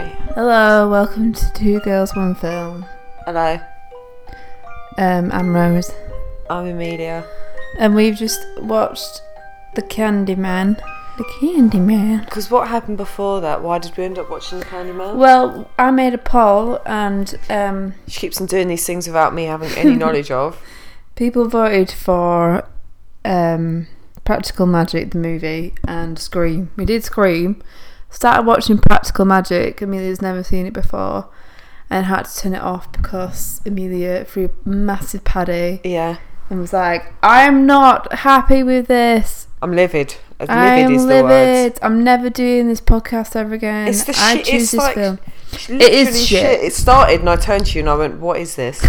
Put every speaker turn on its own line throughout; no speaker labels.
Hello, welcome to Two Girls One Film.
Hello,
Um, I'm Rose,
I'm Amelia.
and we've just watched The Candyman. The Candyman.
Because what happened before that? Why did we end up watching The Candyman?
Well, I made a poll, and um,
she keeps on doing these things without me having any knowledge of.
people voted for um, Practical Magic, the movie, and Scream. We did Scream. Started watching Practical Magic. Amelia's never seen it before, and had to turn it off because Amelia threw a massive paddy.
Yeah,
and was like, I'm not happy with this.
I'm livid. As livid
I'm
is the word.
livid. I'm never doing this podcast ever again.
It's the
I
shit.
choose
It's
this
like
film.
it's
It is
literally
shit.
It started, and I turned to you and I went, "What is this?"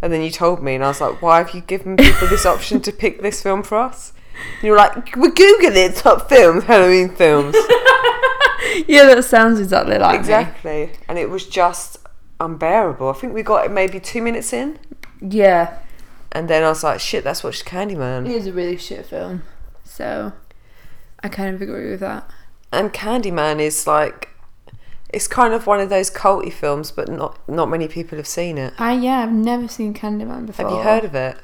and then you told me, and I was like, "Why have you given people this option to pick this film for us?" And you were like, "We're googling it, top films, Halloween films."
Yeah, that sounds exactly like
exactly. And it was just unbearable. I think we got it maybe two minutes in.
me. Yeah,
And then I was like, shit, that's what's
it
Candyman.
is a really shit film. So I kind of agree with that.
And Candyman is like, it's kind of one of those culty films, but not not many people have seen it.
I yeah, I've never seen Candyman before.
Have you heard of it?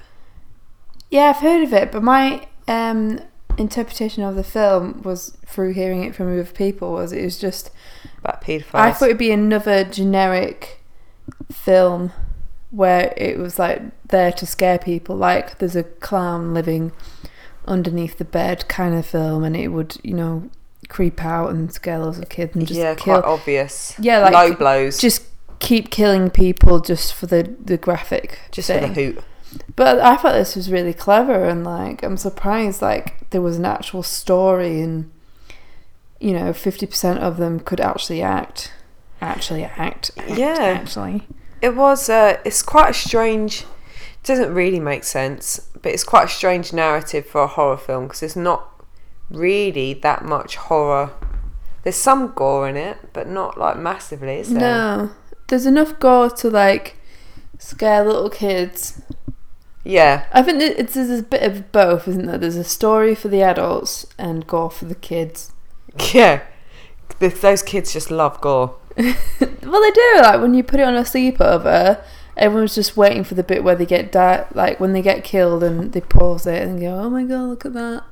Yeah, I've heard of it, but my um, interpretation of the film was through hearing it from other people. Was it was just
About paedophiles.
I thought it'd be another generic film where it was like there to scare people, like there's a clown living underneath the bed kind of film, and it would, you know, creep out and scare loads of kids and just
yeah,
kill.
quite obvious.
Yeah, like-
low blows, just,
Just keep killing people just for the the graphic
for the
thing.
hoot.
But I thought this was really clever, and like I'm surprised like there was an actual story, and you know, fifty percent of them could actually act, actually act, act
Yeah.
actually.
It was. Uh, it's quite a strange. It doesn't really make sense, but it's quite a strange narrative for a horror film because there's not really that much horror. There's some gore in it, but not like massively, is there?
No, there's enough gore to like scare little kids.
Yeah,
I think that it's there's a bit of both, isn't there? There's a story for the adults and gore for the kids.
Yeah. Th- Those kids just love gore.
Well, they do. Like when you put it on a sleepover, everyone's just waiting for the bit where they get di- like when they get killed and they pause it and go, "Oh my god, look at that!"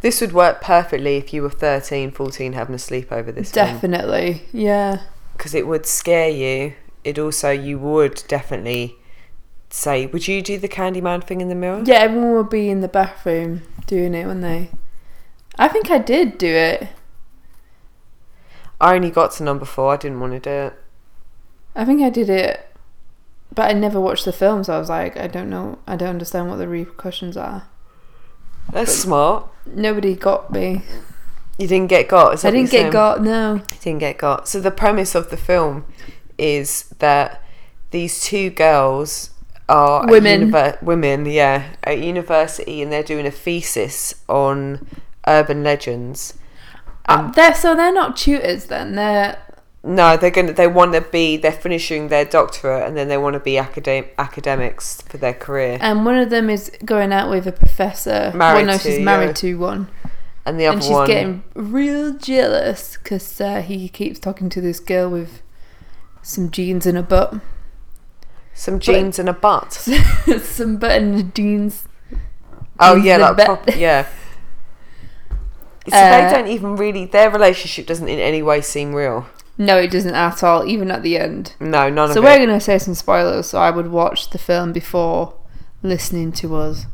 This would work perfectly if you were 13, 14 having a sleepover this film.
Definitely, yeah,
Because it would scare you. It also, you would definitely say, Would you do the Candyman thing in the mirror?
yeah. Everyone would be in the bathroom doing it, wouldn't they? I think I did do it.
I only got to number four. I didn't want to do it.
I think I did it, but I never watched the film, so I was like, I don't know, I don't understand what the repercussions are.
That's smart.
Nobody got me.
You didn't get got. Is that
I
what
didn't
you're
get
saying?
got. No.
You didn't get got. So the premise of the film is that these two girls are at
Women.
univer- women, yeah, at university, and they're doing a thesis on urban legends.
Uh, they're so they're not tutors then. They're
No, they're gonna. They want to be. They're finishing their doctorate, and then they want to be academ- academics for their career.
and one of them is going out with a professor.
Married
well, no,
to,
she's
yeah.
married to one,
And the other
and she's
one,
getting real jealous because uh, he keeps talking to this girl with some jeans in a butt,
some jeans and a butt.
some butt and jeans.
Oh
Jeans
yeah,
and a
like
butt.
proper, yeah. So
Uh,
they don't even really. Their relationship doesn't in any way seem real.
No, it doesn't at all. Even at the end.
No, none
So
of
we're
it.
going to say some spoilers. So I would watch the film before listening to us.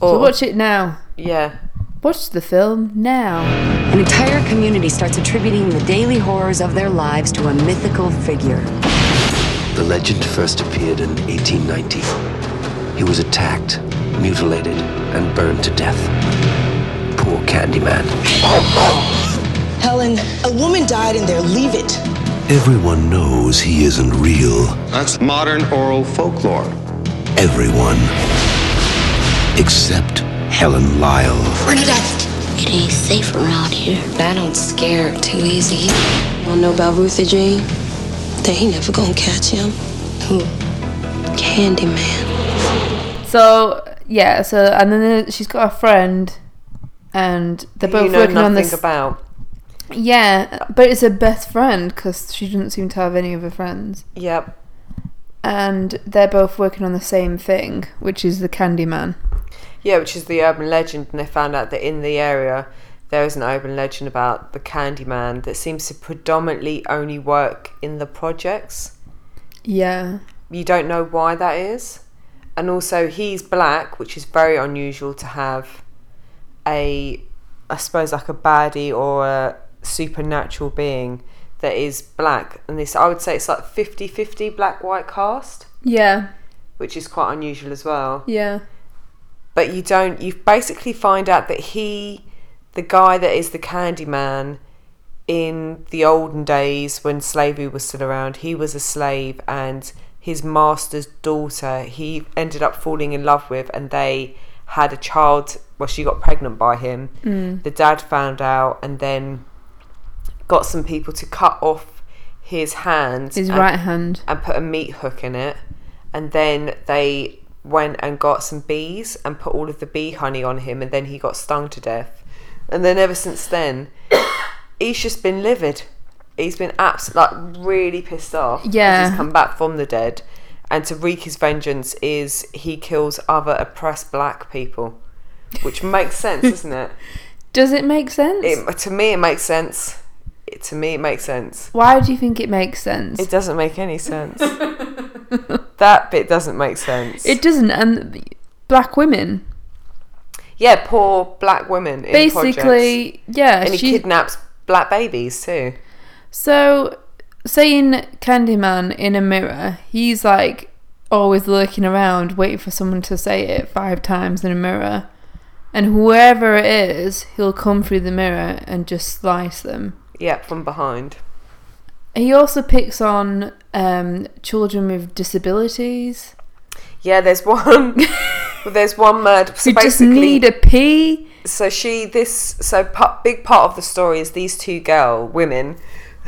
So
Or-
watch it now.
yeah.
Watch the film now.
An entire community starts attributing the daily horrors of their lives to a mythical figure.
The legend first appeared in 1890. He was attacked, mutilated, and burned to death. Poor Candyman.
Helen, a woman died in there. Leave it.
Everyone knows he isn't real.
That's modern oral folklore.
Everyone. Except Helen Lyle.
What did I? It ain't safe around here.
I don't scare too easy. You don't know about Ruthie Jean?
They ain't never gonna catch him.
Candyman.
So yeah. So uh, and then she's got a friend, and they're
Who
both
you know
working
nothing
on this.
about.
Yeah, but it's her best friend because she doesn't seem to have any of her friends.
Yep.
And they're both working on the same thing, which is the Candyman.
Yeah, which is the urban legend, and they found out that in the area there is an urban legend about the Candyman that seems to predominantly only work in the projects.
Yeah.
You don't know why that is. And also, he's black, which is very unusual to have a, I suppose, like a baddie or a supernatural being that is black. And this, I would say it's like 50 50 black white cast,
Yeah.
which is quite unusual as well
Yeah.
but you don't you basically find out that he the guy that is the candy man in the olden days when slavery was still around he was a slave and his master's daughter he ended up falling in love with and they had a child well she got pregnant by him the dad found out and then got some people to cut off his hand
His
and-
right hand.
and put a meat hook in it. And then they went and got some bees and put all of the bee honey on him, and then he got stung to death. And then ever since then, he's just been livid. He's been abs- like really pissed off. 'cause
Yeah.
he's come back from the dead, and to wreak his vengeance is he kills other oppressed black people, which makes sense, doesn't it?
Does it make sense?
it? To me, it makes sense. It, to me, it makes sense.
Why do you think it makes sense?
It doesn't make any sense. that bit doesn't make sense.
It doesn't. And black women,
yeah, poor black women in projects.
basically, yeah.
and he
she-
kidnaps black babies too.
so saying Candyman in a mirror, he's like always lurking around, waiting for someone to say it five times in a mirror, and whoever it is, he'll come through the mirror and just slice them.
Yeah, from behind.
He also picks on um, children with disabilities
Yeah, there's one. there's one murder. So
who just
basically,
need a pee.
so she this so pa- big part of the story is these two girl women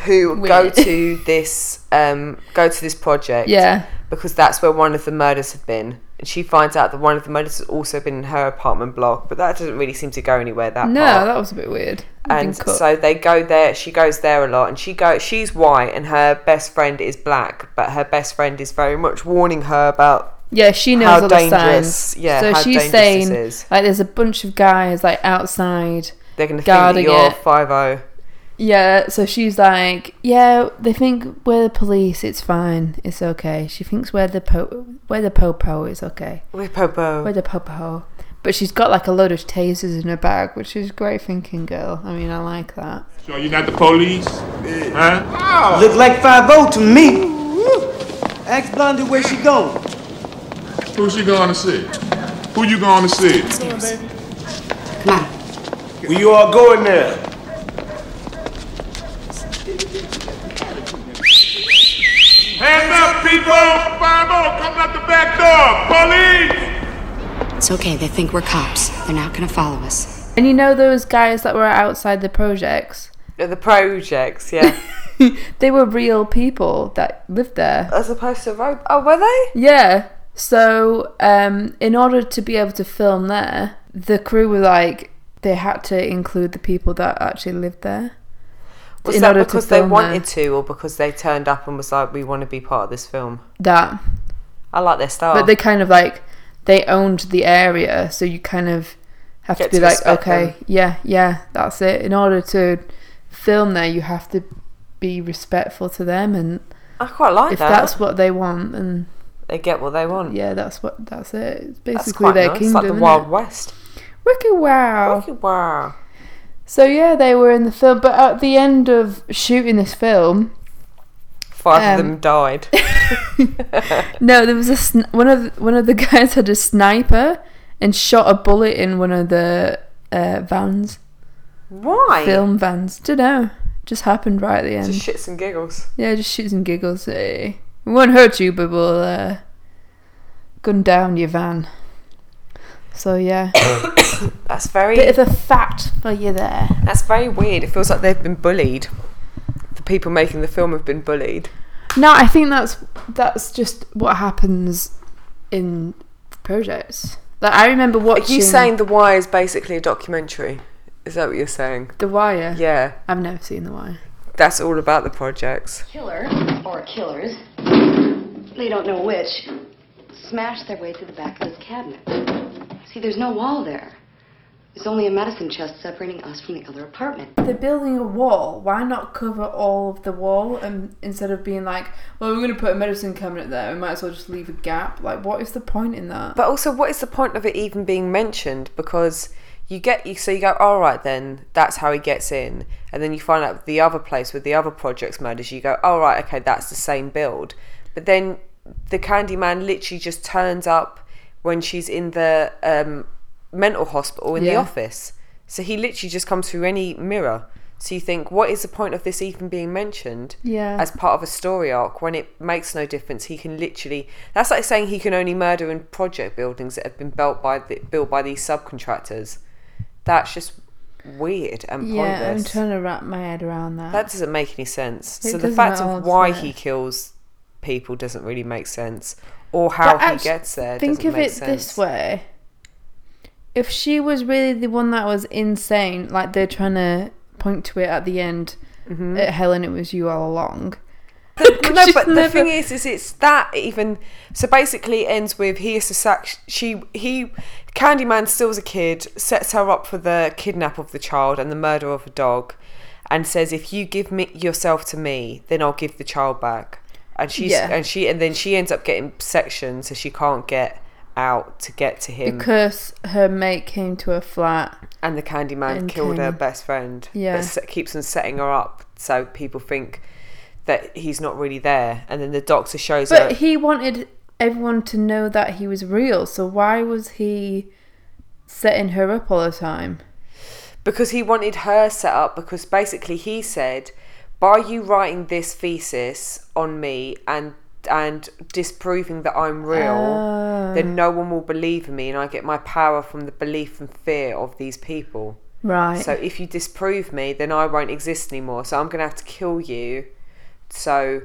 who go
Women.
to this um go to this project.
Yeah.
because that's where one of the murders had been. And she finds out that one of the murders has also been in her apartment block, but that doesn't really seem to go anywhere. That
No,
part.
that was a bit weird. We've
Oh.
been
and
cut.
so they go there. She goes there a lot, and she go. She's white, and her best friend is black, but her best friend is very much warning her about.
Yeah, she knows
how
all the
dangerous-
signs.
yeah,
so
how
she's
dangerous this
saying
is.
like there's a bunch of guys like outside.
They're going to think that
guarding
you're
it.
five oh. zero.
Yeah, so she's like, yeah, they think we're the police. It's fine. It's okay. She thinks we're the po we're the popo. It's okay.
We're popo.
We're the popo. But she's got like a load of tasers in her bag, which is great thinking, girl. I mean, I like that.
Sure, you're not the police? Huh?
Look like 5 to me. Ask Blondie where she going.
Who's she going to see? Who you going to see?
Where you all going there?
Hands up, people! 5 coming out the back door! Police!
It's okay, they think we're cops. They're not gonna follow us.
And you know those guys that were outside the projects?
the projects, yeah.
they were real people that lived there.
As opposed to rope. Oh, were they?
Yeah. So, um, in order to be able to film there, the crew were like, they had to include the people that actually lived there.
Was
in
that
order to
because they
film
wanted
there.
to, or because they turned up and was like, "We want to be part of this film"?
That.
I like their style.
But they kind of like, they owned the area. So you kind of have
Get
to be
to
like,
respect
okay,
them.
yeah, yeah, that's it. In order to film there, you have to be respectful to them. And
I quite like
if
that.
that's what they want, then
they get what they want.
yeah, that's what, that's it. It's
That's
basically
quite
their
nice.
kingdom.
like the
innit?
Wild West.
Wicked wow.
Fucking Wow.
So yeah, they were in the film, but at the end of shooting this film,
Five of
Um,
them died.
no, there was a sn- one of one of the guys had a sniper and shot a bullet in one of the uh, vans,
Why?
film vans. Don't know, just happened right at the end.
Just shits and giggles.
yeah, just shoots and giggles. eh. we won't hurt you, but we'll uh, gun down your van. So yeah,
That's very.
bit of a fact for you there.
that's very weird. It feels like they've been bullied. The people making the film have been bullied.
No, I think that's that's just what happens in projects. Like I remember
Are
watching.
you saying The Wire is basically a documentary? Is that what you're saying?
The Wire.
Yeah,
I've never seen The Wire.
that's all about the projects.
Killer, or killers, they don't know which, smashed their way through the back of this cabinet. See, there's no wall there. There's only a medicine chest separating us from the other apartment.
They're building a wall. Why not cover all of the wall and instead of being like, well, we're going to put a medicine cabinet there. We might as well just leave a gap. Like, what is the point in that?
But also, what is the point of it even being mentioned? Because you get you so you go, all right, then that's how he gets in, and then you find out the other place with the other projects murders. You go, all right, okay, that's the same build. But then the Candyman literally just turns up when she's in the um, mental hospital in the
Yeah.
office. So he literally just comes through any mirror. So you think, what is the point of this even being mentioned?
Yeah.
As part of a story arc when it makes no difference. He can literally that's like saying he can only murder in project buildings that have been built by the, built by these subcontractors. That's just weird and
yeah, I'm
pointless.
trying to wrap my head around that.
that doesn't make any sense.
It
so the
doesn't
fact
at all,
of
does
why
it?
he kills people doesn't really make sense, or how
But
he
actu-
gets there.
Think
doesn't
of
make
it
sense.
this way: if she was really the one that was insane, like they're trying to point to it at the end,
Mm-hmm.
at Helen, it was you all along.
no,
She's
but the
never-
thing is, is it's that even so. Basically, it ends with he is the sac. She he, Candyman steals a kid, sets her up for the kidnap of the child and the murder of a dog, and says, "If you give me yourself to me, then I'll give the child back." And she's
Yeah.
and she and then she ends up getting sectioned, so she can't get out to get to him.
Because her mate came to her flat.
and the Candyman
And
killed her
Candy-
best friend.
Yeah.
but se- keeps on setting her up so people think. That he's not really there, and then the doctor shows up.
But he wanted everyone to know that he was real. So why was he setting her up all the time?
because he wanted her set up because basically he said by you writing this thesis on me and and disproving that I'm real,
Ah.
then no one will believe in me, and I get my power from the belief and fear of these people.
Right.
So if you disprove me, then I won't exist anymore. So I'm gonna have to kill you, so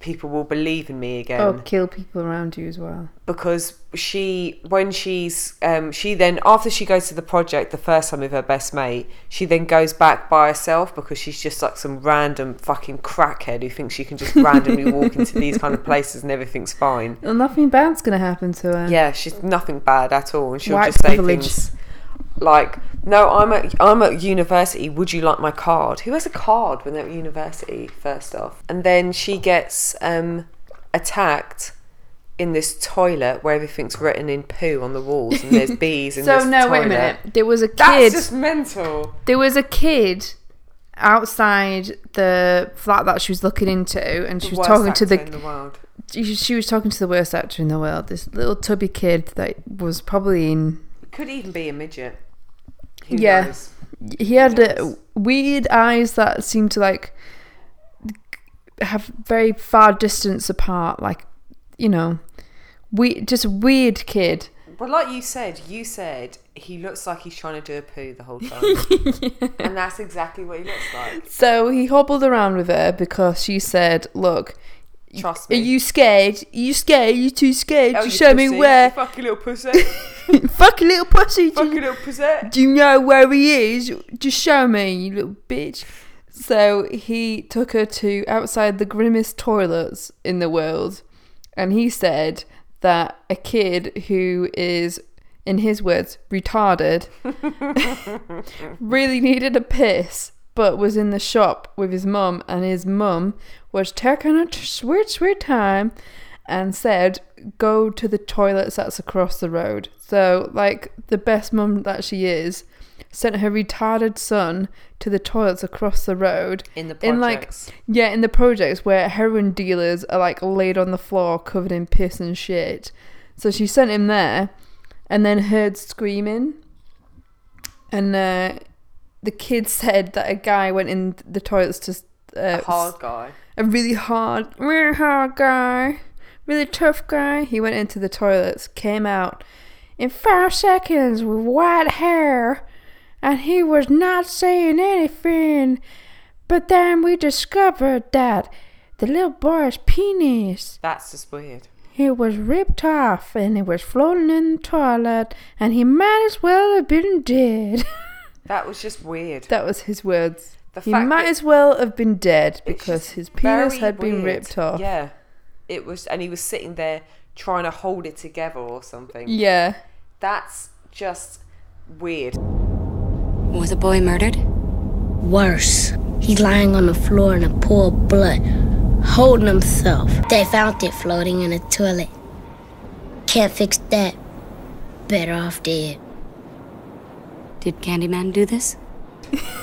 people will believe in me again
oh, kill people around you as well.
because she when she's um, she then after she goes to the project the first time with her best mate she then goes back by herself because she's just like some random fucking crackhead who thinks she can just randomly walk into these kind of places and everything's fine
Well, nothing bad's gonna happen to her.
yeah she's nothing bad at all and she'll
White
just say
privilege.
things like no i'm at i'm at university would you like my card who has a card when they're at university first off and then she gets um attacked in this toilet where everything's written in poo on the walls and there's bees in
So
this
no, wait
toilet.
a minute. There was a kid.
that's just mental
There was a kid outside the flat that she was looking into, and she was
Worst
talking
actor
to the,
in the world.
she- she was talking to the worst actor in the world. This little tubby kid that was probably in.
could even be a midget who
Yeah.
knows?
He had uh
Yes.
weird eyes that seemed to like have very far distance apart. Like you know, we just weird kid.
But like you said, you said he looks like he's trying to do a poo the whole time. And that's exactly what he looks like.
So he hobbled around with her because she said, "Look."
Trust
Are
me.
you scared? Are you scared? Are you too scared
Oh,
to
you
show me
pussy. You
where?
Fucking little pussy.
Fuck a little pussy. do
fucking
you-
little pussy.
do you know where he is? Just show me, you little bitch. So he took her to outside the grimmest toilets in the world, and he said that a kid who is, in his words, retarded, really needed a piss, but was in the shop with his mum, and his mum was taking a t- weird, weird time, and said, "Go to the toilets that's across the road." So, like the best mum that she is, sent her retarded son to the toilets across the road
In the projects.
like yeah, in the projects where heroin dealers are like laid on the floor covered in piss and shit. So she sent him there, and then heard screaming, and uh, the kid said that a guy went in the toilets to. Uh,
Hard guy.
a really hard, really hard guy, really tough guy. He went into the toilets, came out in five seconds with white hair, and he was not saying anything. But then we discovered that the little boy's penis
That's just weird.
he was ripped off and it was floating in the toilet, and he might as well have been dead.
That was just weird.
That was his words.
The
he
fact
might
that-
as well have been dead
It's
because
just
his penis
very
had been
weird.
ripped off.
Yeah, it was, and he was sitting there trying to hold it together or something.
Yeah.
That's just weird.
Was a boy murdered?
Worse, he's lying on the floor in a pool of blood, holding himself. They found it floating in a toilet. Can't fix that. Better off dead.
Did Candyman do this?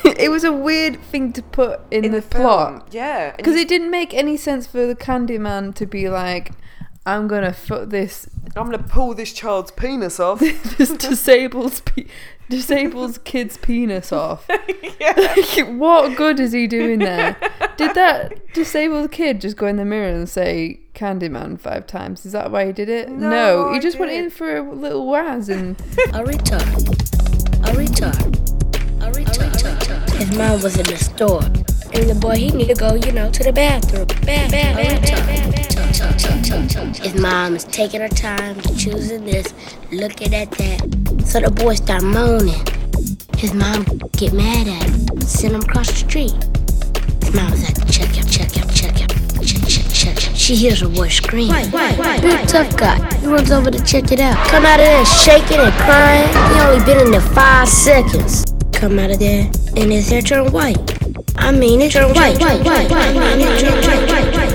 it was a weird thing to put in, the, plot.
Um, yeah, and
Because
you-
it didn't make any sense for the Candyman to be like, I'm going to fuck this,
I'm gonna pull this child's penis off.
this disabled, pe- disabled kid's penis off. what good is he doing there? Did that disabled kid just go in the mirror and say Candyman five times? Is that why he did it? No,
No,
he
I
just went
didn't.
in for a little waz and
A retard. A retard. A retard. His mom was in the store. And the boy, he need to go, you know, to the bathroom. Bad, bad, bad, His mom is taking her time, choosing this, looking at that. So the boy start moaning. His mom get mad at him, send him across the street. His mom was like, check him, check him, check him. Check, check, check, check. She hears a voice scream. Big tough guy. He runs over to check it out. Come out of there shaking and crying. He only been in there five seconds. Come out of there and his hair turned white. I mean it turned white. white, white, white, I mean, it turned white, white, white, white.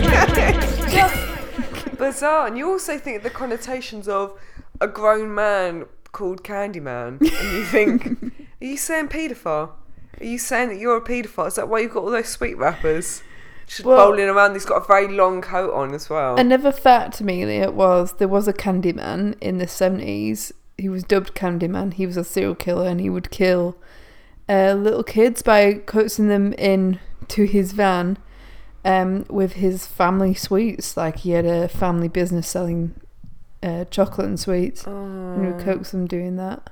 Bizarre, and you also think the connotations of a grown man called Candyman, and you think, are you saying paedophile? Are you saying that you're a paedophile? Is that why you've got all those sweet wrappers? Just
Well-
bowling around. He's got a very long coat on as well.
Another fact, Amelia, was there was a Candyman in the seventies. He was dubbed Candyman. He was a serial killer, and he would kill uh, little kids by coaxing them in to his van um, with his family sweets. Like he had a family business selling uh, chocolate and sweets, and he would coax them doing that.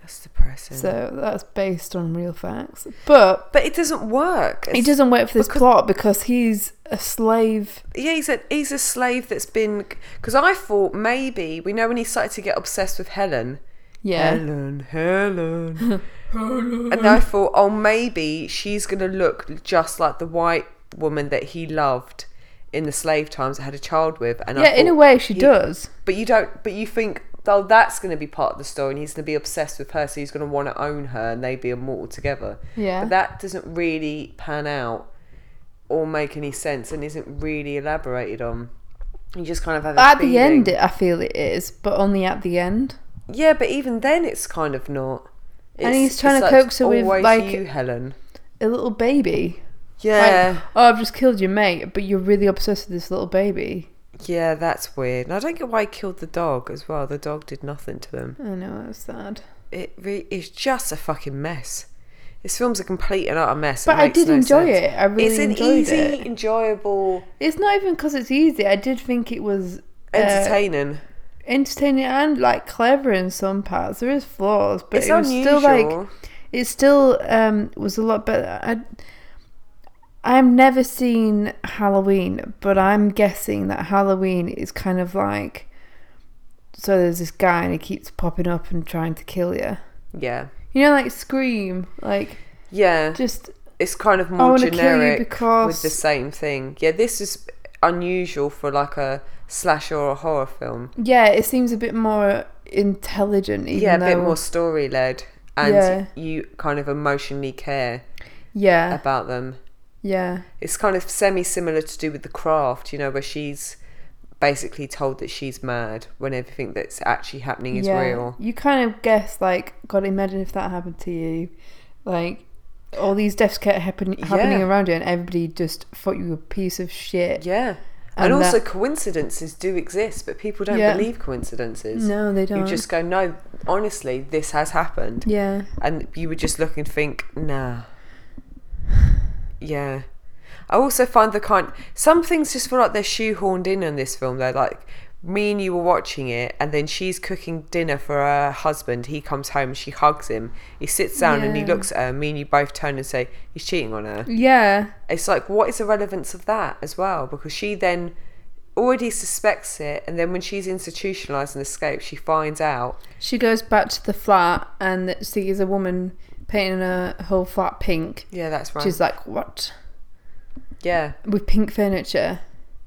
That's depressing.
So that's based on real facts, but
but it doesn't work.
it
It's-
doesn't work for this plot because he's a slave.
yeah, he's a he's a slave that's been because I thought maybe we know when he started to get obsessed with Helen.
Yeah.
Helen, Helen, And I thought, oh, maybe she's gonna look just like the white woman that he loved in the slave times, that had a child with. And I
Yeah, in a
thought,
way, she
he-
does.
But you don't. But you think. Oh, that's going to be part of the story, and he's going to be obsessed with her, so he's going to want to own her, and they be immortal together.
Yeah.
But that doesn't really pan out or make any sense, and isn't really elaborated on. You just kind of have a
at the end
feeling.
i feel it is but only at the end
Yeah, but even then, it's kind of not. It's,
he's trying
it's
to
like,
coax her with,
always
like-
you, Helen.
a little baby Like,
Yeah.
oh i've just killed your mate but you're really obsessed with this little baby
Yeah, that's weird. And I don't get why he killed the dog as well. The dog did nothing to him.
i know that's sad
It re- it's just a fucking mess. This film's a complete and utter mess. It
But I
makes
did
no
enjoy
sense.
it. I really
it's an
enjoyed
easy,
it.
enjoyable,
it's not even because it's easy i did think it was uh,
entertaining.
entertaining and like clever in some parts there is flaws but
it's
it was
unusual.
still like it still um was a lot better i i've never seen halloween but i'm guessing that halloween is kind of like so there's this guy and he keeps popping up and trying to kill you
yeah,
you know like scream like
yeah.
just
it's kind of
I
more
wanna kill you
generic with
because-
the same thing. Yeah, this is unusual for like a slasher or a horror film.
yeah it seems a bit more intelligent even
Yeah, a bit
though-
more story led, and
Yeah. Ah.
you kind of emotionally care
yeah
about them.
yeah
it's kind of semi similar to do with the craft, you know, where she's basically told that she's mad when everything that's actually happening is
yeah
real.
you kind of guess like god imagine if that happened to you like all these deaths kept happen- happening
Yeah.
around you and everybody just thought you were a piece of shit
Yeah. And,
And
also,
that-
coincidences do exist, but people don't
Yeah.
believe coincidences.
No, they
You
don't.
just go, no, honestly, this has happened.
yeah
And you would just look and think, nah. Yeah. I also find the kind. Some things just feel like they're shoehorned in on this film. They're like, me and you were watching it, and then she's cooking dinner for her husband. He comes home, she hugs him. He sits down and he
Yeah.
looks at her. Me and you both turn and say, he's cheating on her.
yeah
It's like, what is the relevance of that as well? Because she then already suspects it, and then when she's institutionalized and escapes, she finds out.
She goes back to the flat and sees a woman painting a whole flat pink.
Yeah, that's right.
She's like, what?
Yeah.
With pink furniture.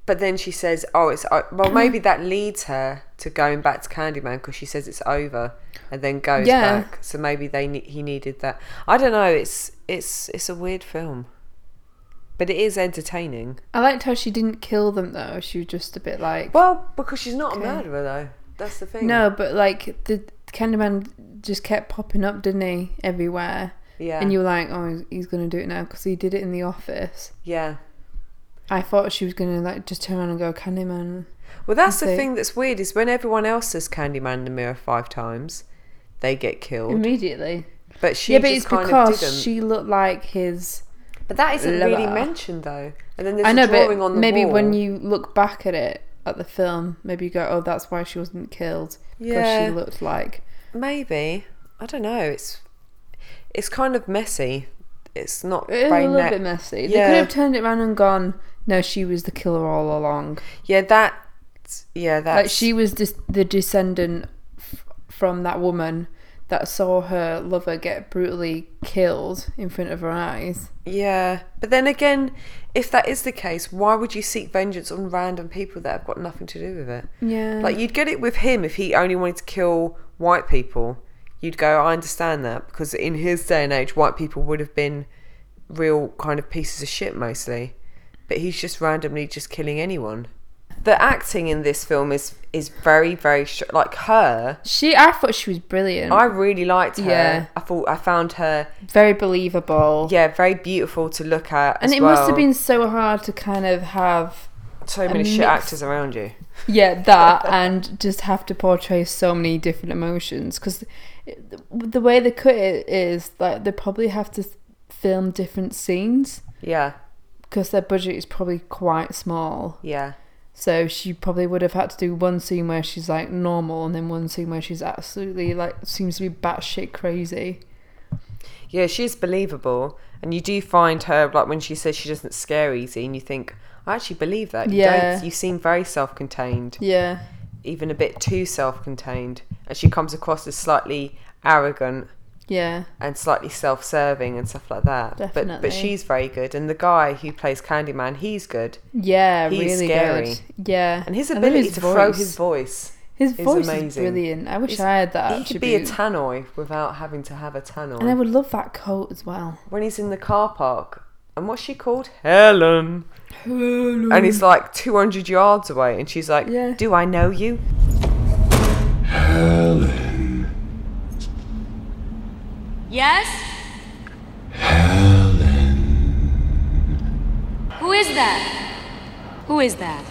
But then she says, "Oh, it's o- well, maybe that leads her to going back to Candyman because she says it's over, and then goes
Yeah.
back. So maybe they ne- he needed that. I don't know. It's it's it's a weird film, but it is entertaining.
I liked how she didn't kill them though. She was just a bit like,
Well, because she's not
Okay.
a murderer though. That's the thing.
no, but like the Candyman just kept popping up, didn't he? Everywhere.
Yeah.
And you were like, oh, he's- he's gonna do it now because he did it in the office.
Yeah.
I thought she was gonna like just turn around and go Candyman.
Well, that's the
So-
thing that's weird is when everyone else says Candyman in the mirror five times, they get killed.
immediately.
But she
Mm. yeah, but
just
it's
kind
because
of didn't.
she looked like his.
but that isn't really
lover.
mentioned though. And then there's
I know,
a drawing
but
on the
maybe
wall.
when you look back at it at the film, maybe you go, "Oh, that's why she wasn't killed because
Yeah.
she looked like."
Maybe. I don't know. It's it's kind of messy. It's not
It is a
brain
little
net-
bit messy. They
Yeah.
could have turned it around and gone, "No, she was the killer all along.
Yeah, that yeah, that's
like she was dis- the descendant f- from that woman that saw her lover get brutally killed in front of her eyes."
Yeah. But then again, if that is the case, why would you seek vengeance on random people that have got nothing to do with it?
Yeah.
Like you'd get it with him if he only wanted to kill white people. You'd go, I understand that because in his day and age, white people would have been real kind of pieces of shit mostly. But he's just randomly just killing anyone. The acting in this film is is very very str- like her.
she, I thought she was brilliant.
I really liked her.
Yeah.
I thought I found her
Very believable.
yeah very beautiful to look at.
And
as
it must have
well.
been so hard to kind of have
so many shit
mix-
actors around you.
yeah that and just have to portray so many different emotions because the way they cut it is like they probably have to film different scenes
Yeah,
because their budget is probably quite small.
yeah,
So she probably would have had to do one scene where she's like normal and then one scene where she's absolutely like seems to be batshit crazy.
yeah. She's believable, and you do find her like when she says she doesn't scare easy, and you think I actually believe that. You
Yeah.
don't, you seem very self-contained,
Yeah.
even a bit too self-contained, and she comes across as slightly arrogant.
Yeah.
and slightly self-serving and stuff like that. But
Definitely.
but she's very good, and the guy who plays Candyman, he's good,
Yeah,
He's
really
scary.
good. Yeah.
and his
I love
ability to throw
voice.
his voice.
His
is
voice is
amazing.
brilliant. I wish
He's-
I had that.
He could be a
attribute.
tannoy without having to have a tannoy.
And I would love that coat as well.
when he's in the car park, and what's she called? Helen. Helen. And he's like 200 yards away, and she's like,
Yeah.
"Do I know you?"
Helen.
Yes? Who is that? Who is that?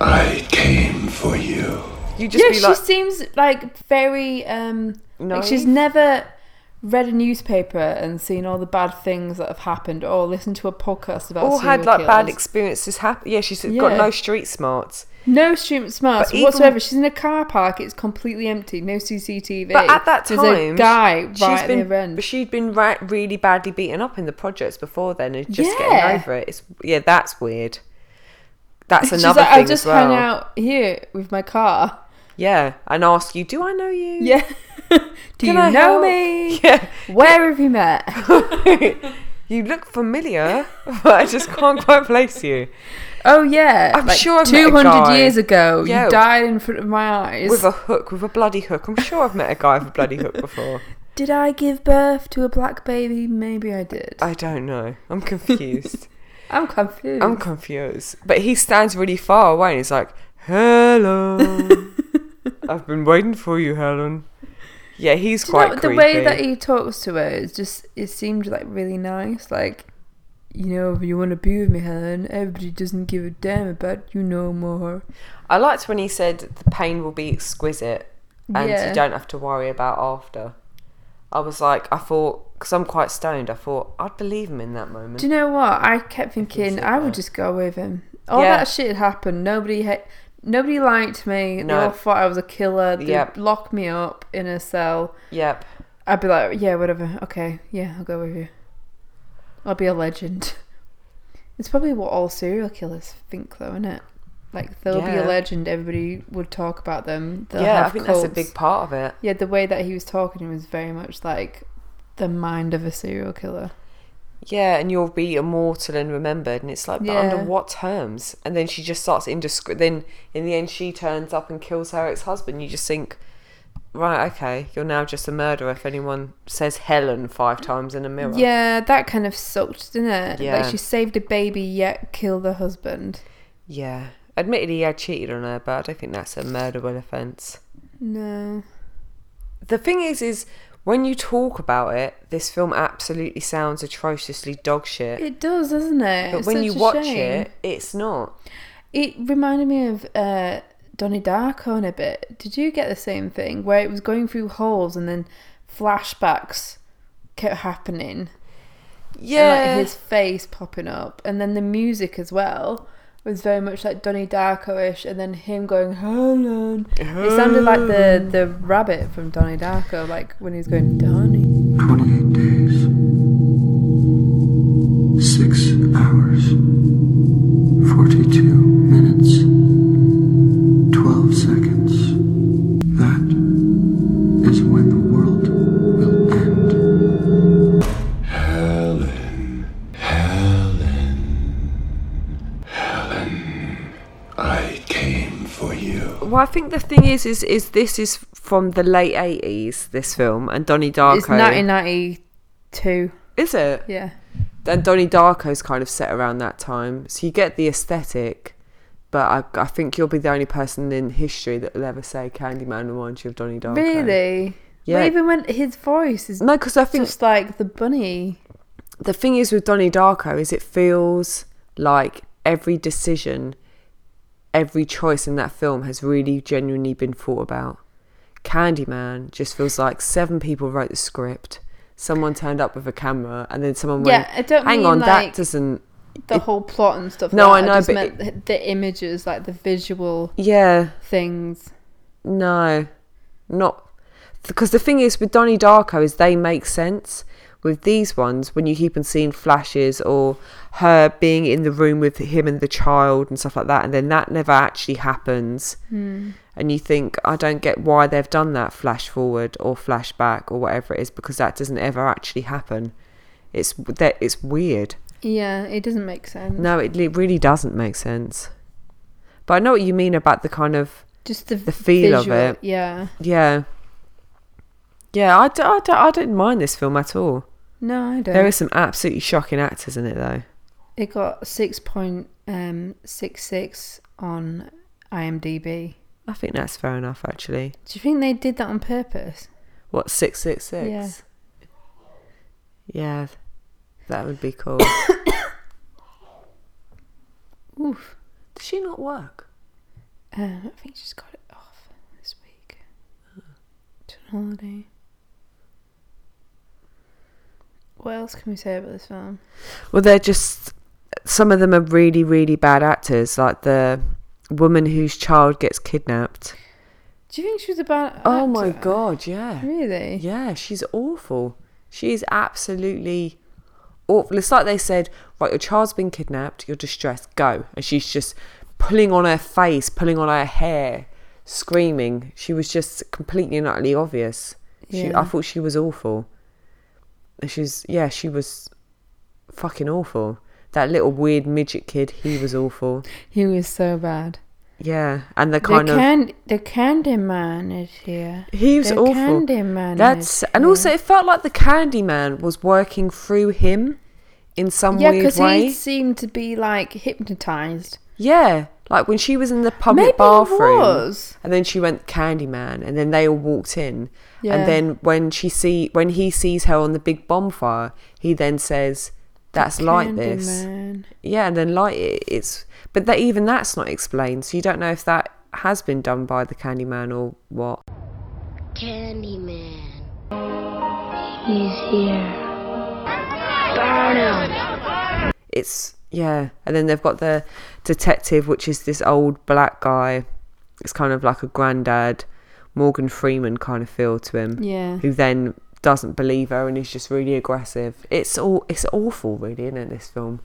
I came for you.
You just
yeah,
be
she
like,
seems like very um like she's
Naive?
never read a newspaper and seen all the bad things that have happened or listened to a podcast about
all
serial
had like bad
killers.
experiences happen. Yeah, she's got
Yeah.
no street smarts.
no street smarts
But even-
whatsoever she's in a car park it's completely empty no cctv
But at that time,
there's a guy right
she's
at
been,
the other end
But she'd been ra- really badly beaten up in the projects before then, and just
Yeah.
getting over it. It's, yeah, that's weird. That's
she's
another
like,
thing
i just
as well.
hung out here with my car
Yeah, and ask you, do I know you?
yeah do you
Can I help?
know me
Yeah.
where have you met
you look familiar, but I just can't quite place you.
Oh yeah,
I'm sure I've met a
two hundred
guy.
years ago,
Yeah.
you died in front of my eyes.
With a hook, with a bloody hook. I'm sure I've met a guy with a bloody hook before.
did I give birth to a black baby? Maybe I did.
I don't know. I'm confused.
I'm confused.
I'm confused. But he stands really far away and he's like, Helen. I've been waiting for you, Helen. Yeah, he's
Do you know,
quite
the
creepy.
way that he talks to her is just it seemed like really nice. Like, you know, if you want to be with me, Helen, everybody doesn't give a damn about you no more.
I liked when he said the pain will be exquisite and
Yeah.
you don't have to worry about after. I was like, I thought, because I'm quite stoned, I thought, I'd believe him in that moment.
Do you know what? I kept thinking
said
I would
that.
just go with him. All
Yeah.
that shit happened. Nobody ha- nobody liked me. They
No.
all thought I was a killer. They
Yep.
locked me up in a cell.
yep.
I'd be like, yeah, whatever. Okay, yeah, I'll go with you. I'll be a legend. It's probably what all serial killers think, though, isn't it? Like they'll be
Yeah.
a legend. Everybody would talk about them. They'll
yeah, I
have
think that's a
cults.
big part of it.
Yeah, the way that he was talking was very much like the mind of a serial killer.
Yeah, and you'll be immortal and remembered, and it's like, but under
Yeah.
what terms? And then she just starts indiscreet. Then in the end, she turns up and kills her ex-husband. You just think, right, okay, you're now just a murderer. If anyone says Helen five times in a mirror,
Yeah, that kind of sucked, didn't it?
Yeah.
Like she saved a baby yet killed the husband.
yeah. Admittedly, he had cheated on her, but I don't think that's a murderable offence.
No.
The thing is, is when you talk about it, this film absolutely sounds atrociously dog shit.
It does, doesn't it?
but
It's
when
such
you
a
watch
shame.
it, it's not.
It reminded me of uh, Donnie Darko in a bit. Did you get the same thing where it was going through holes and then flashbacks kept happening? and
Yeah.
like his face popping up, and then the music as well was very much like Donnie Darko-ish, and then him going Helen. It sounded like the the rabbit from Donnie Darko, like when he was going Donnie.
28 days. Six hours. 42 minutes. 12 seconds. That is when the world will end. Helen. Helen. Helen. I came for you.
Well, I think the thing is, is, is this is from the late eighties. This film and Donnie Darko.
It's 1992.
Is it?
Yeah.
And Donnie Darko's kind of set around that time, so you get the aesthetic. But I, I think you'll be the only person in history that will ever say Candyman reminds you of Donnie Darko.
Really?
Yeah.
But even when his voice is
No, because I think
just like the bunny.
the thing is with Donnie Darko is it feels like every decision, every choice in that film has really genuinely been thought about. Candyman just feels like seven people wrote the script, someone turned up with a camera, and then someone
Yeah,
went,
I don't
"Hang
mean,
on,
like,
that doesn't."
The
it-
whole plot and stuff.
No,
like
I
that.
know,
just
but
meant the images, like the visual
Yeah,
things.
no, not because the thing is with Donnie Darko is they make sense. With these ones, when you keep on seeing flashes or her being in the room with him and the child and stuff like that, and then that never actually happens. and you think I don't get why they've done that flash forward or flashback or whatever it is because that doesn't ever actually happen. It's that it's weird.
Yeah, it doesn't make sense.
No, it li- really doesn't make sense. But I know what you mean about the kind of
Just the,
the feel
visual,
of it.
Yeah.
Yeah. Yeah, I, d- I, d- I didn't mind this film at all.
No, I don't.
There are some absolutely shocking actors in it though.
It got six point um six six on IMDb.
I think that's fair enough actually.
Do you think they did that on purpose?
What six six six? Yeah, that would be cool.
Oof.
Does she not work?
Um, I think she's got it off this week. It's on holiday. What else can we say about this film?
Well, they're just some of them are really, really bad actors. Like the woman whose child gets kidnapped.
Do you think she was a bad
Oh my
actor?
god! Yeah,
Really?
yeah, she's awful. She is absolutely awful. It's like they said, right, your child's been kidnapped. You're distressed. Go, and she's just pulling on her face, pulling on her hair, screaming. She was just completely and utterly obvious. She,
Yeah.
I thought she was awful. And She's yeah, she was fucking awful. That little weird midget kid, he was awful.
He was so bad.
Yeah, and the kind
the
of
can- the Candyman is here.
he was
the
awful.
Candyman.
That's
is
and
here.
also it felt like the Candyman was working through him in some
yeah,
weird
because
way.
he seemed to be like hypnotized.
Yeah, like when she was in the public
Maybe he
bathroom,
was.
and then she went Candyman, and then they all walked in,
Yeah.
and then when she see when he sees her on the big bonfire, he then says, "That's like this."
Candyman.
Yeah, and then like it, it's but that even that's not explained, so you don't know if that has been done by the Candyman or what.
Candyman. He's here. Burn him.
It's yeah, and then they've got the detective, which is this old black guy. It's kind of like a granddad, Morgan Freeman kind of feel to him.
Yeah.
who then doesn't believe her and is just really aggressive. It's all it's awful, really, isn't it? This film.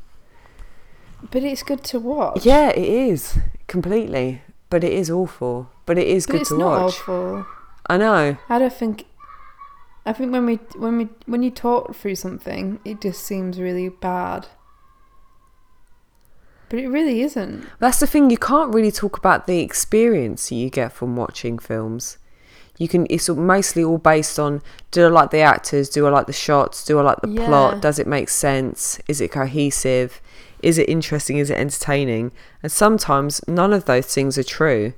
But it's good to watch.
Yeah, it is completely. But it is awful. But it is
But
good
it's
to
not
watch.
awful.
I know.
I don't think. I think when we when we when you talk through something, it just seems really bad. But it really isn't.
That's the thing. You can't really talk about the experience you get from watching films. You can. It's all- mostly all based on: Do I like the actors? Do I like the shots? Do I like the
Yeah.
plot? Does it make sense? Is it cohesive? Is it interesting? Is it entertaining? And sometimes none of those things are true,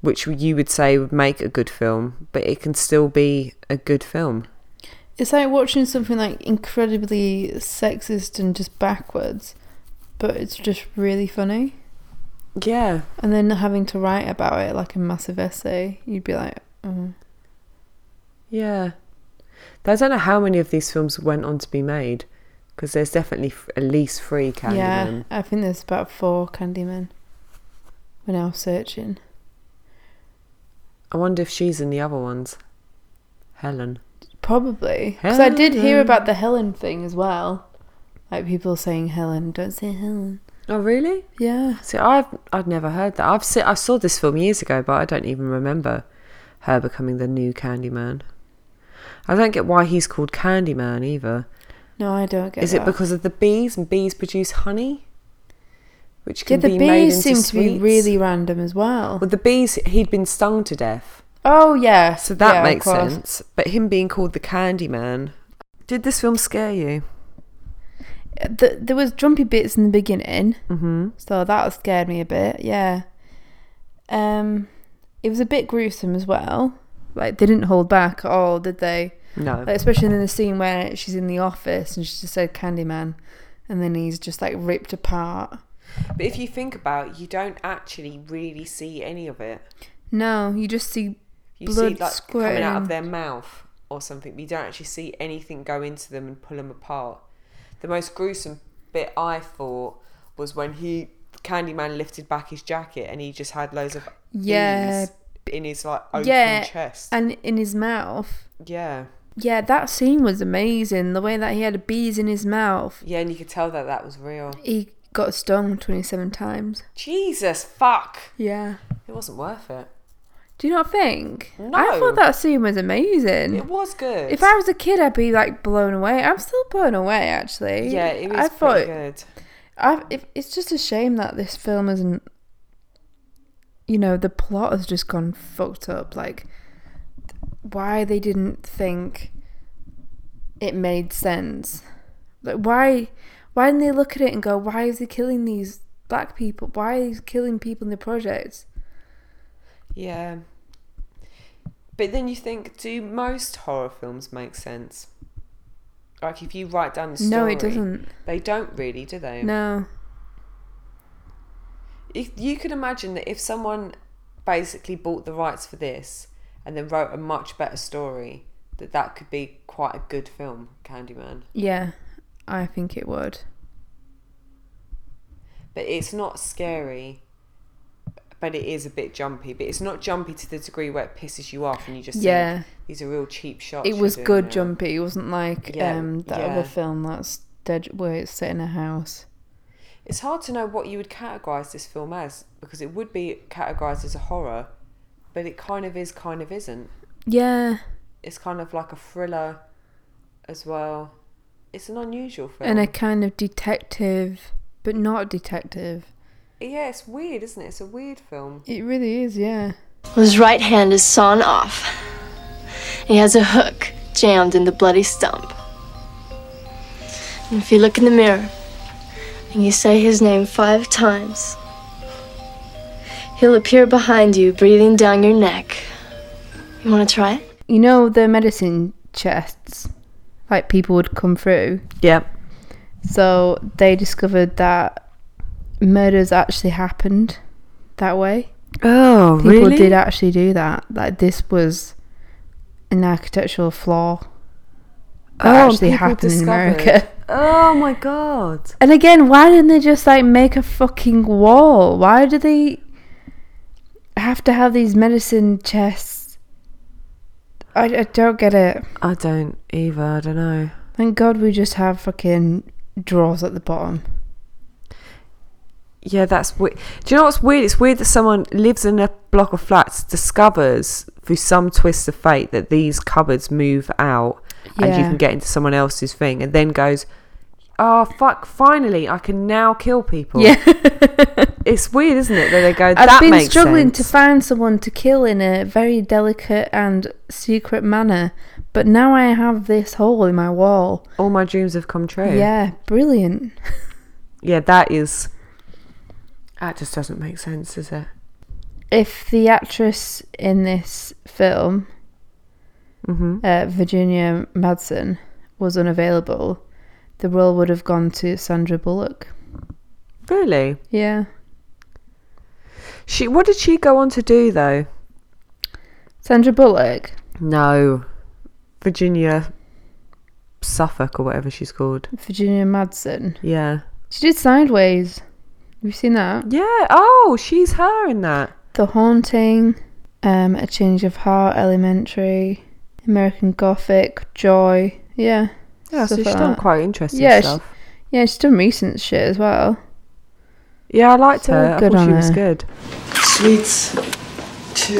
which you would say would make a good film, but it can still be a good film.
It's like watching something like incredibly sexist and just backwards, but it's just really funny.
Yeah.
And then having to write about it like a massive essay, you'd be like, oh.
Yeah. I don't know how many of these films went on to be made because there's definitely f- at least three Candyman.
yeah, I think there's about four Candymen. We're now searching.
I wonder if she's in the other ones. Helen.
Probably. Because I did hear about the Helen thing as well. Like people saying Helen, don't say Helen.
Oh really?
Yeah.
See, I've I'd never heard that. I've se- I saw this film years ago, but I don't even remember her becoming the new Candyman. I don't get why he's called Candyman either.
No, I don't get
Is it
that.
because of the bees and bees produce honey, which
Yeah,
can
the
be made
bees
into
seem to be
sweets?
really random as well.
Well, the bees he'd been stung to death.
Oh, yeah.
So that
yeah, of
makes
course.
sense. But him being called the Candyman. Did this film scare you?
Th there was jumpy bits in the beginning, mm-hmm. so that scared me a bit. Yeah, um, it was a bit gruesome as well. Like they didn't hold back at all, did they?
No.
Like, especially in the scene where she's in the office and she just said Candyman, and then he's just like ripped apart.
But if you think about it, you don't actually really see any of it.
No, you just see
You
blood
see like coming
squirting.
out of their mouth or something, but you don't actually see anything go into them and pull them apart. The most gruesome bit I thought was when he Candyman lifted back his jacket and he just had loads of
Yeah.
bees in his like open
yeah,
chest.
and in his mouth.
Yeah.
Yeah, that scene was amazing. The way that he had bees in his mouth.
Yeah, and you could tell that that was real.
He got stung twenty-seven times.
Jesus fuck.
Yeah.
It wasn't worth it.
Do you not think? I
No.
thought that scene was amazing.
It was good.
If I was a kid, I'd be like blown away. I'm still blown away, actually.
yeah, it was
I
pretty
thought
good.
I, if, it's just a shame that this film isn't. You know, the plot has just gone fucked up. Like, why they didn't think it made sense? Like, why, why didn't they look at it and go, why is he killing these black people? Why is he killing people in the projects?
Yeah. But then you think, do most horror films make sense? Like if you write down the story,
No, it doesn't.
They don't really, do they?
No.
If you could imagine that if someone basically bought the rights for this and then wrote a much better story, that that could be quite a good film, Candyman.
Yeah, I think it would.
but it's not scary. But it is a bit jumpy. But it's not jumpy to the degree where it pisses you off and you just
Yeah.
think these are real cheap shots.
It
you're
was
doing
good
now."
jumpy. It wasn't like
Yeah,
um, that
yeah.
other film that's dead where it's set in a house.
It's hard to know what you would categorize this film as because it would be categorized as a horror, but it kind of is, kind of isn't.
Yeah,
It's kind of like a thriller, as well. It's an unusual film.
and a kind of detective, but not detective.
yeah, it's weird, isn't it? It's a weird film.
It really is. Yeah.
His right hand is sawn off. He has a hook jammed in the bloody stump. And if you look in the mirror and you say his name five times, he'll appear behind you, breathing down your neck. You want to try it?
You know the medicine chests, like people would come through.
Yep.
So they discovered that murders actually happened that way.
Oh,
people
really?
did actually do that. Like this was an architectural flaw that
and
actually
people
happened in
discovered-
America.
Oh my god.
And again, why didn't they just like make a fucking wall? Why do they have to have these medicine chests? I, I don't get it.
I don't either. I don't know.
Thank God we just have fucking drawers at the bottom.
Yeah, that's weird. Do you know what's weird? It's weird that someone lives in a block of flats, discovers through some twist of fate that these cupboards move out and you
Yeah.
can get into someone else's thing, and then goes, "Oh fuck! Finally, I can now kill people."
Yeah.
it's weird, isn't it? That they go. That
I've been
makes
struggling
sense.
to find someone to kill in a very delicate and secret manner, but now I have this hole in my wall.
All my dreams have come true.
Yeah, brilliant.
Yeah, that is. That just doesn't make sense, does it?
If the actress in this film,
Mhm.
uh, Virginia Madsen, was unavailable, the role would have gone to Sandra Bullock.
Really?
Yeah.
She. What did she go on to do though?
Sandra Bullock,
No, Virginia Suffolk or whatever she's called.
Virginia Madsen.
Yeah.
She did Sideways. Have you seen that?
Yeah. Oh, she's her in that.
The Haunting, um, A Change of Heart, Elementary, American Gothic, Joy. Yeah.
Yeah, so
stuff
she's
like
done
that.
quite interesting
yeah,
stuff.
She, yeah, she's done recent shit as well.
Yeah, I liked
So
her.
good
I thought she
on
was
her.
good.
Sweets to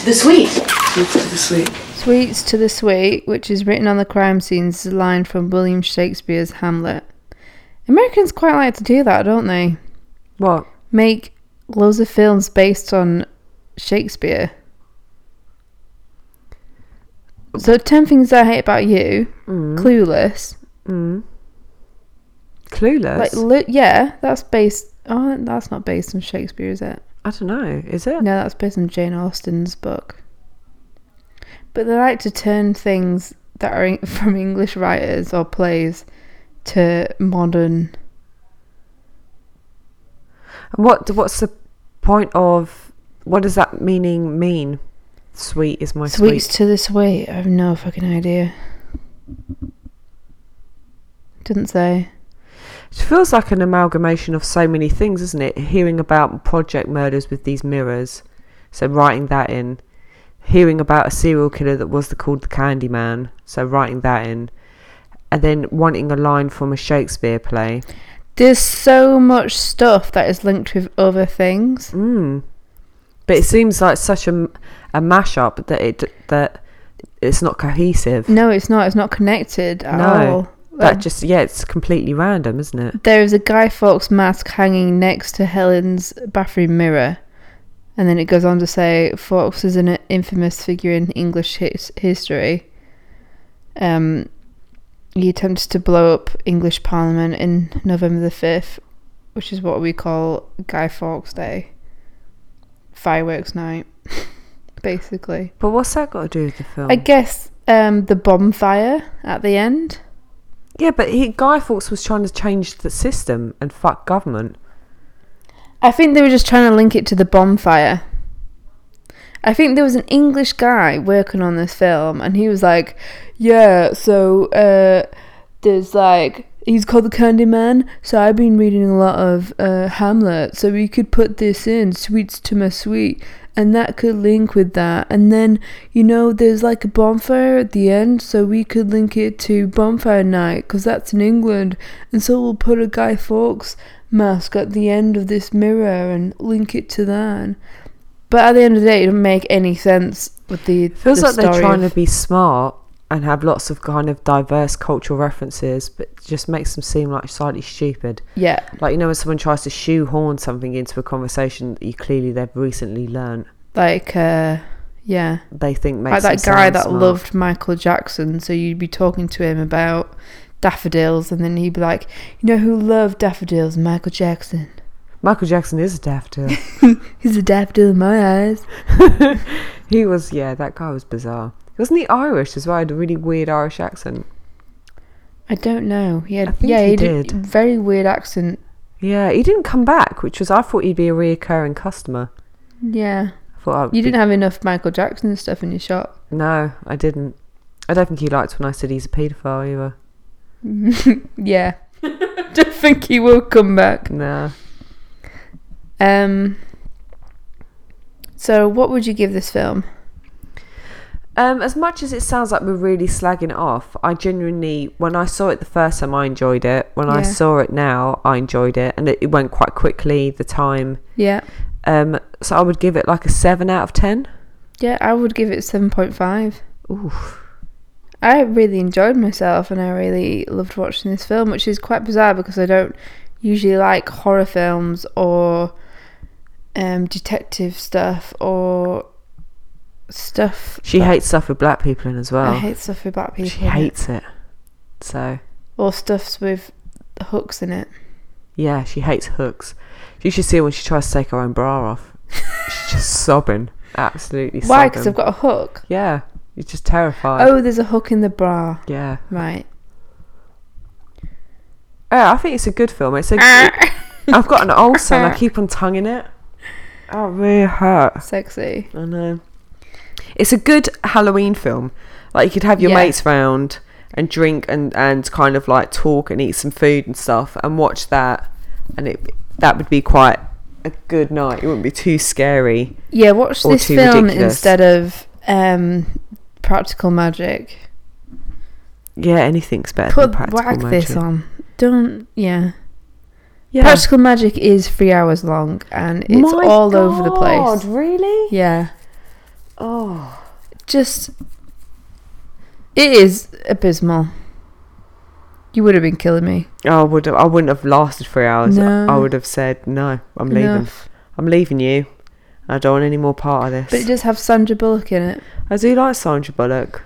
To the suite.
sweets to the sweet.
Sweets to the Sweet, which is written on the crime scenes, is a line from William Shakespeare's Hamlet. Americans quite like to do that, don't they?
What?
Make loads of films based on Shakespeare. So, 10 Things I Hate About You, Clueless.
Mm. Clueless.
Like, li- yeah, that's based. Oh, that's not based on Shakespeare, is it?
I don't know. Is it?
No, that's based on Jane Austen's book. But they like to turn things that are in- from English writers or plays to modern.
And what? What's the point of? What does that meaning mean? Sweet is my
Sweets
sweet.
to the sweet. I have no fucking idea. Didn't say.
It feels like an amalgamation of so many things, isn't it? Hearing about project murders with these mirrors, so writing that in. Hearing about a serial killer that was the, called the Candyman, so writing that in. And then wanting a line from a Shakespeare play.
There's so much stuff that is linked with other things.
Mm. But it seems like such a, m- a mashup that it that it's not cohesive.
No, it's not. It's not connected
Mm,
at all.
no, Um,
Like,
that just yeah, it's completely random, isn't it?
There is a Guy Fawkes mask hanging next to Helen's bathroom mirror. And then it goes on to say Fawkes is an infamous figure in English his- history. Um, he attempted to blow up English Parliament in November the 5th, which is what we call Guy Fawkes Day. Fireworks night, basically.
But what's that got to do with the film?
I guess um, the bonfire at the end.
yeah, but he, Guy Fawkes was trying to change the system and fuck government.
I think they were just trying to link it to the bonfire. I think there was an English guy working on this film, and he was like, "Yeah, so uh, there's like he's called the Candyman, so I've been reading a lot of uh, Hamlet, so we could put this in sweets to my sweet, and that could link with that, and then you know there's like a bonfire at the end, so we could link it to Bonfire Night, 'cause that's in England, and so we'll put a Guy Fawkes mask at the end of this mirror and link it to that." And- but at the end of the day, it doesn't make any sense with the.
Feels
the
like they're
story
trying
of-
to be smart and have lots of kind of diverse cultural references, but it just makes them seem like slightly stupid.
Yeah.
Like you know when someone tries to shoehorn something into a conversation that you clearly they've recently learnt.
like uh yeah
They think
like
makes
that
them
guy
sound
that
smart.
loved michael jackson so you'd be talking to him about daffodils and then he'd be like you know who loved daffodils michael jackson
Michael Jackson is a daffodil.
he's a daffodil in my eyes
he was yeah, that guy was bizarre. Wasn't he Irish as well? He had a really weird Irish accent.
i don't know he had
I think
yeah
he
he did.
did.
very weird accent
Yeah, he didn't come back, which was I thought he'd be a reoccurring customer.
yeah
I thought I would
you
be-
didn't have enough michael jackson stuff in your shop
No, I didn't. I don't think he liked when I said he's a paedophile either.
yeah don't think he will come back
No.
um so what would you give this film
Um, as much as it sounds like we're really slagging it off, I genuinely, when I saw it the first time, I enjoyed it. When I
Yeah.
saw it now, I enjoyed it, and it, it went quite quickly. The time,
Yeah.
um, so I would give it like a seven out of ten.
Yeah, I would give it seven point five.
Ooh.
I really enjoyed myself and I really loved watching this film, which is quite bizarre because I don't usually like horror films or um, detective stuff or stuff.
She
that-
hates stuff with black people in as well.
I hate stuff with black people.
Oh. She
in it.
hates it. So
Or stuffs with hooks in it.
yeah, she hates hooks. You should see her when she tries to take her own bra off. She's just sobbing, absolutely. sobbing.
Why? Because I've got a hook.
Yeah, you're just terrified.
Oh, there's a hook in the bra.
Yeah.
Right.
Yeah, I think it's a good film. It's a.
Uh.
I've got an ulcer and I keep on tonguing it. Oh, it really hurt.
Sexy.
I know. It's a good Halloween film. Like you could have your
Yeah.
mates round and drink and and kind of like talk and eat some food and stuff and watch that, and it that would be quite a good night. It wouldn't be too scary.
Yeah, watch
or
this
too
film
ridiculous.
instead of um, Practical Magic.
Yeah, anything's better. than
Put
practical
whack
magic.
this on. Don't yeah.
Yeah.
Practical Magic is three hours long and it's
My
all over the
God,
place.
really?
Yeah,
Oh.
just it is abysmal. You would have been killing me.
I would have, I wouldn't have lasted three hours.
No.
I would have said no. I'm leaving.
Enough.
I'm leaving you. I don't want any more part of this.
But it does have Sandra Bullock in it.
I do like Sandra Bullock,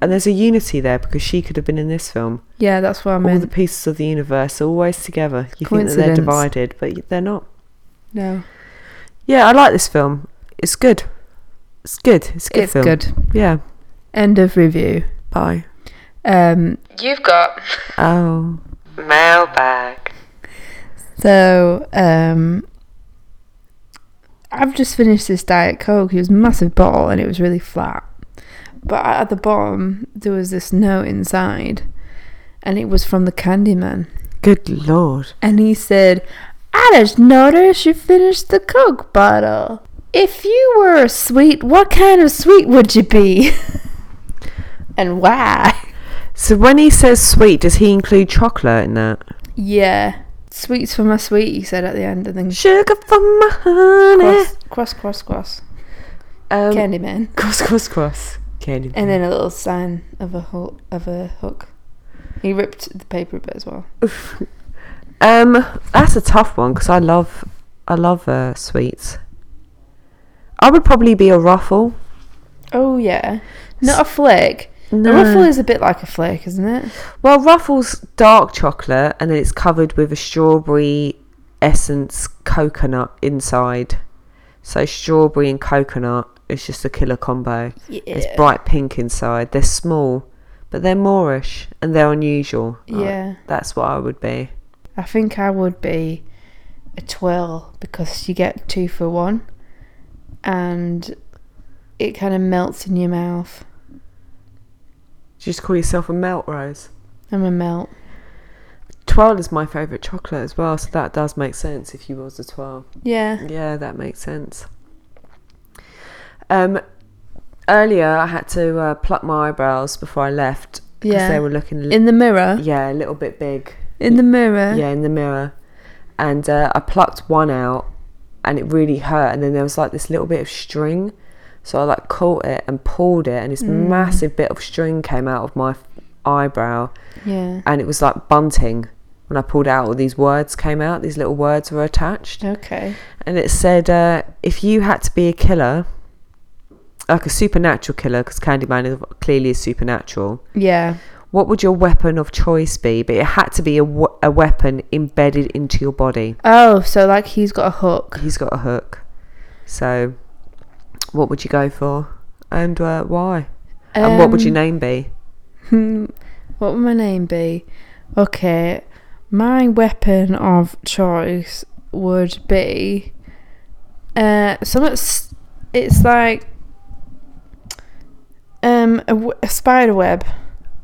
and there's a unity there because she could have been in this film.
Yeah, that's what I
All
meant.
the pieces of the universe are always together. You think that they're
Coincidence.
divided, but y- they're not.
no,
Yeah, I like this film. It's good. It's good. It's a good
it's
film.
good.
Yeah.
End of review.
Bye.
Um,
You've got. Oh. Mailbag.
So, um, I've just finished this Diet Coke. It was a massive bottle and it was really flat. But at the bottom, there was this note inside and it was from the Candyman.
Good lord.
And he said, I just noticed you finished the Coke bottle. If you were a sweet, what kind of sweet would you be? and why?
So when he says sweet, does he include chocolate in that?
Yeah. Sweets for my sweet, he said at the end. And then
Sugar for my honey.
cross, cross, cross, cross.
eh? Um,
Candyman.
Cross, cross, cross. Candy.
And then a little sign of a hook, of a hook. He ripped the paper a bit as well.
Um, that's a tough one because I love, I love uh, sweets. I would probably be a ruffle.
Oh yeah, not a flake.
No.
A ruffle is a bit like a flake, isn't it?
Well, ruffles dark chocolate, and then it's covered with a strawberry essence coconut inside. So strawberry and coconut is just a killer combo. It's
Yeah.
bright pink inside. They're small, but they're Moorish and they're unusual. Like,
Yeah.
that's what I would be.
I think I would be a twirl because you get two for one, and it kind of melts in your mouth.
Do you just call yourself a melt rose?
I'm a melt.
Twirl is my favourite chocolate as well, so that does make sense if you was a twirl.
Yeah.
Yeah, that makes sense. Um, earlier I had to uh, pluck my eyebrows before I left because
Yeah.
they were looking li-
In the mirror.
yeah a little bit big.
In the mirror.
Yeah, in the mirror, and uh, I plucked one out, and it really hurt. And then there was like this little bit of string, so I like caught it and pulled it, and this
Mm.
massive bit of string came out of my f- eyebrow
Yeah.
and it was like bunting. When I pulled it out, all these words came out. These little words were attached,
Okay.
and it said, uh, "If you had to be a killer, like a supernatural killer, because Candyman is clearly is supernatural,
Yeah.
what would your weapon of choice be?" But it had to be a, w- a weapon embedded into your body.
Oh, so like he's got a hook.
He's got a hook, so what would you go for, and uh, why, and what would your
Um,
name be?
Hmm, what would my name be? Okay, my weapon of choice would be uh so it's it's like um a, w- a spider web.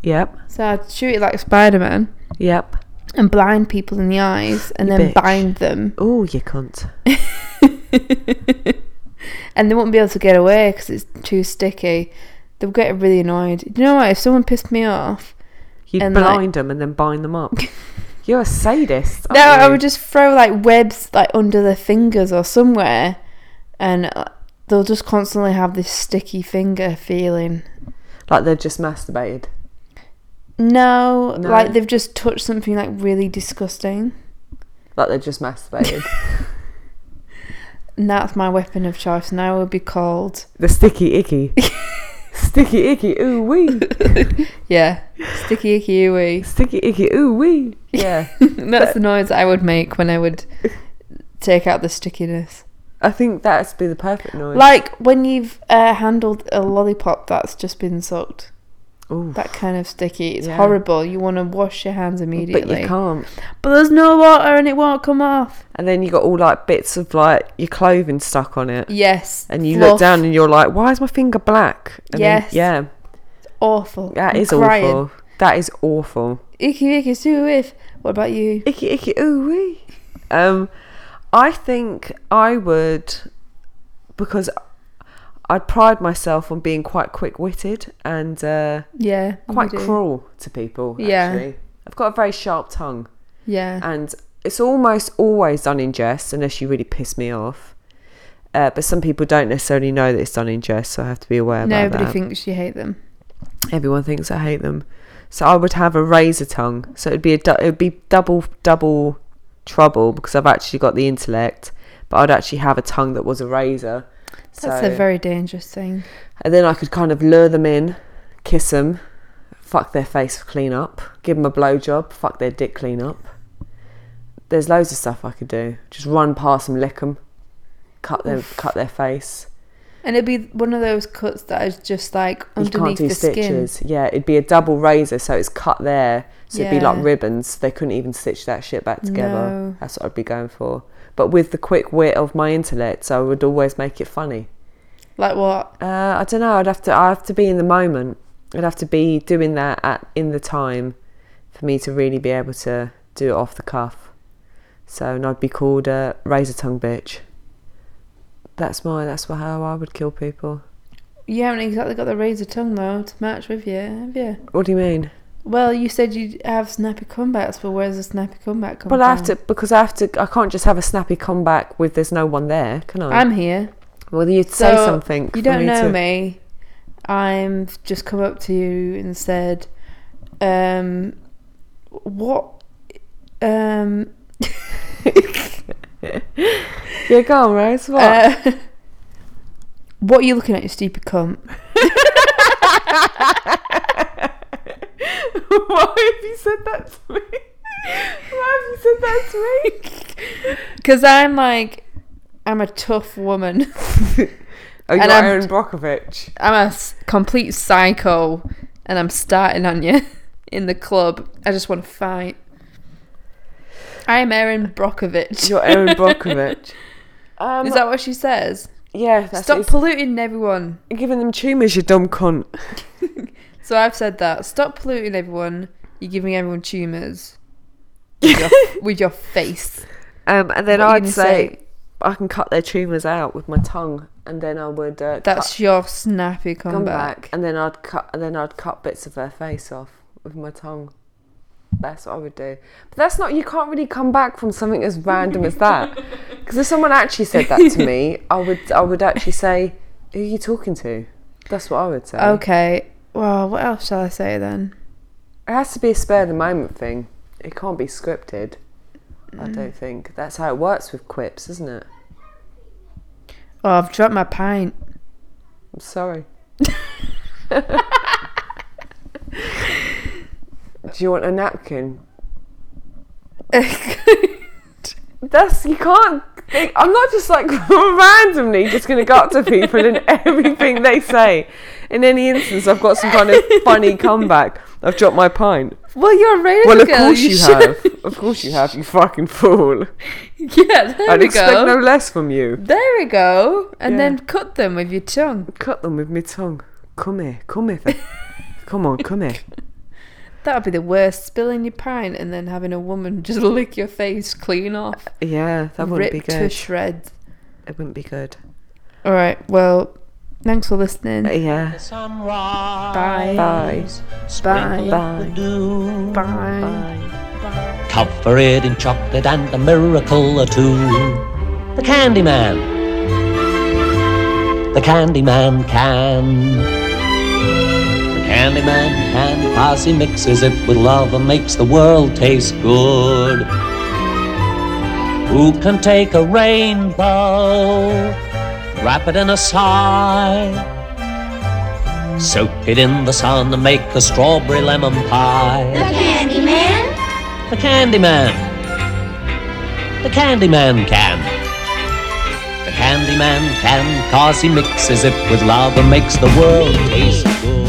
Yep,
So I'd shoot it like Spider Man
yep.
and blind people in the eyes and
You
then
bitch.
bind them
Oh, you cunt. Oh.
and they won't be able to get away because it's too sticky. they'll get really annoyed. You know what? If someone pissed me off,
You'd
and, like-
blind them and then bind them up. You're a sadist.
No,
aren't
I
you?
would just throw like webs like under their fingers or somewhere, and uh, they'll just constantly have this sticky finger feeling.
like they've just masturbated.
No,
No.
like they've just touched something like really disgusting,
Like they've just masturbated.
and that's my weapon of choice now. Would be called
the sticky icky. sticky icky ooh wee.
yeah, sticky icky ooey.
Sticky icky ooh wee. Yeah.
that's the noise I would make when I would take out the stickiness.
I think that'd be the perfect noise.
Like when you've uh, handled a lollipop that's just been sucked.
Oof.
That kind of sticky. It's
Yeah.
horrible. You want to wash your hands immediately.
but you can't.
But there's no water and it won't come off.
And then you got all like bits of like your clothing stuck on it.
Yes.
And you
fluff.
look down and you're like, why is my finger black? And then-
Yes.
yeah.
Awful.
That
I'm
is
crying.
awful. That is awful.
Icky icky sue if. What about you?
Icky icky ooh wee. Um, I think I would because I pride myself on being quite quick witted and uh,
Yeah. you
quite
do.
cruel to people.
Yeah.
actually. I've got a very sharp tongue,
Yeah.
and it's almost always done in jest, unless you really piss me off. Uh, but some people don't necessarily know that it's done in jest, so I have to be aware about that.
Nobody thinks you hate them.
Everyone thinks I hate them. So I would have a razor tongue. So it'd be a du- it'd be double double trouble because I've actually got the intellect, but I'd actually have a tongue that was a razor.
That's
so,
a very dangerous thing.
and then I could kind of lure them in, kiss them, fuck their face clean up, give them a blowjob, fuck their dick clean up. There's loads of stuff I could do. Just run past them, lick them, cut their cut their face.
And it'd be one of those cuts that is just like
you can't
underneath
do
the
stitches. Yeah, it'd be a double razor, so it's cut there, so it'd be
Yeah.
like ribbons. They couldn't even stitch that shit back together.
No.
That's what I'd be going for. But with the quick wit of my intellect, I would always make it funny.
skin. Like what?
Uh, I don't know. I'd have to. I have to be in the moment. I'd have to be doing that at in the time for me to really be able to do it off the cuff. So, and I'd be called a razor tongue bitch. That's my. That's how I would kill people.
You haven't exactly got the razor tongue though to match with you, have you?
What do you mean?
Well, you said you'd have snappy comebacks, but where's the snappy comeback come
Well,
from?
I have to because I have to. I can't just have a snappy comeback with there's no one there, can I?
I'm here.
well, you'd say
So,
something. for
You don't know
to-
me. I've just come up to you and said, um, what, um,
Yeah, go on, Rose. What?
uh, what are you looking at, you stupid cunt?
Why have you said that to me? Why have you said that to me?
Because I'm like, I'm a tough woman.
Oh, you're
And I'm-
Aaron Brockovich.
I'm a s- complete psycho, and I'm starting on you in the club. I just want to fight. I'm Erin Brockovich.
You're Aaron Brockovich. Um,
Is that what she says?
yeah, that's
Stop
it's-
polluting everyone.
you're giving them tumours, you dumb cunt.
So I've said that. Stop polluting everyone. You're giving everyone tumours with your face.
um, and then
What are you
I'd
gonna
say,
say?
I can cut their tumours out with my tongue, and then I would. Uh,
That's your snappy
come
comeback.
back, and then I'd cut and then I'd cut bits of her face off with my tongue. That's what I would do. But that's not you can't really come back from something as random as that. Because if someone actually said that to me, I would I would actually say, "Who are you talking to?" That's what I would say.
Okay. Well, what else shall I say then?
It has to be a spare the moment thing. It can't be scripted. I don't think that's how it works with quips, isn't it?
Oh, I've dropped my pint.
I'm sorry. Do you want a napkin? That's you can't. Think, I'm not just like randomly just going to go up to people and everything they say. In any instance, I've got some kind of funny comeback. I've dropped my pint.
well, you're a radio
well, of
girl,
course you,
should-
have. Of course you have. You fucking fool.
Yeah, there
I'd
we
expect
go.
no less from you.
There we go. And
Yeah.
then cut them with your tongue.
Cut them with me tongue. Come here. Come here. fe- come on. Come here.
That would be the worst. Spilling your pint and then having a woman just lick your face clean off.
Yeah, that wouldn't
Ripped
be
to
good.
shreds.
It wouldn't be good.
All right. Well, Thanks for listening.
Yeah.
Bye.
Bye.
Bye.
Bye.
Bye.
Cover it in chocolate and a miracle or two. The Candyman. The Candyman can. The Candyman can, cause he mixes it with love and makes the world taste good. Who can take a rainbow, wrap it in a sigh, soak it in the sun and make a strawberry lemon pie?
Candyman?
The Candyman. The Candyman can. The Candyman can, cause he mixes it with love and makes the world taste good.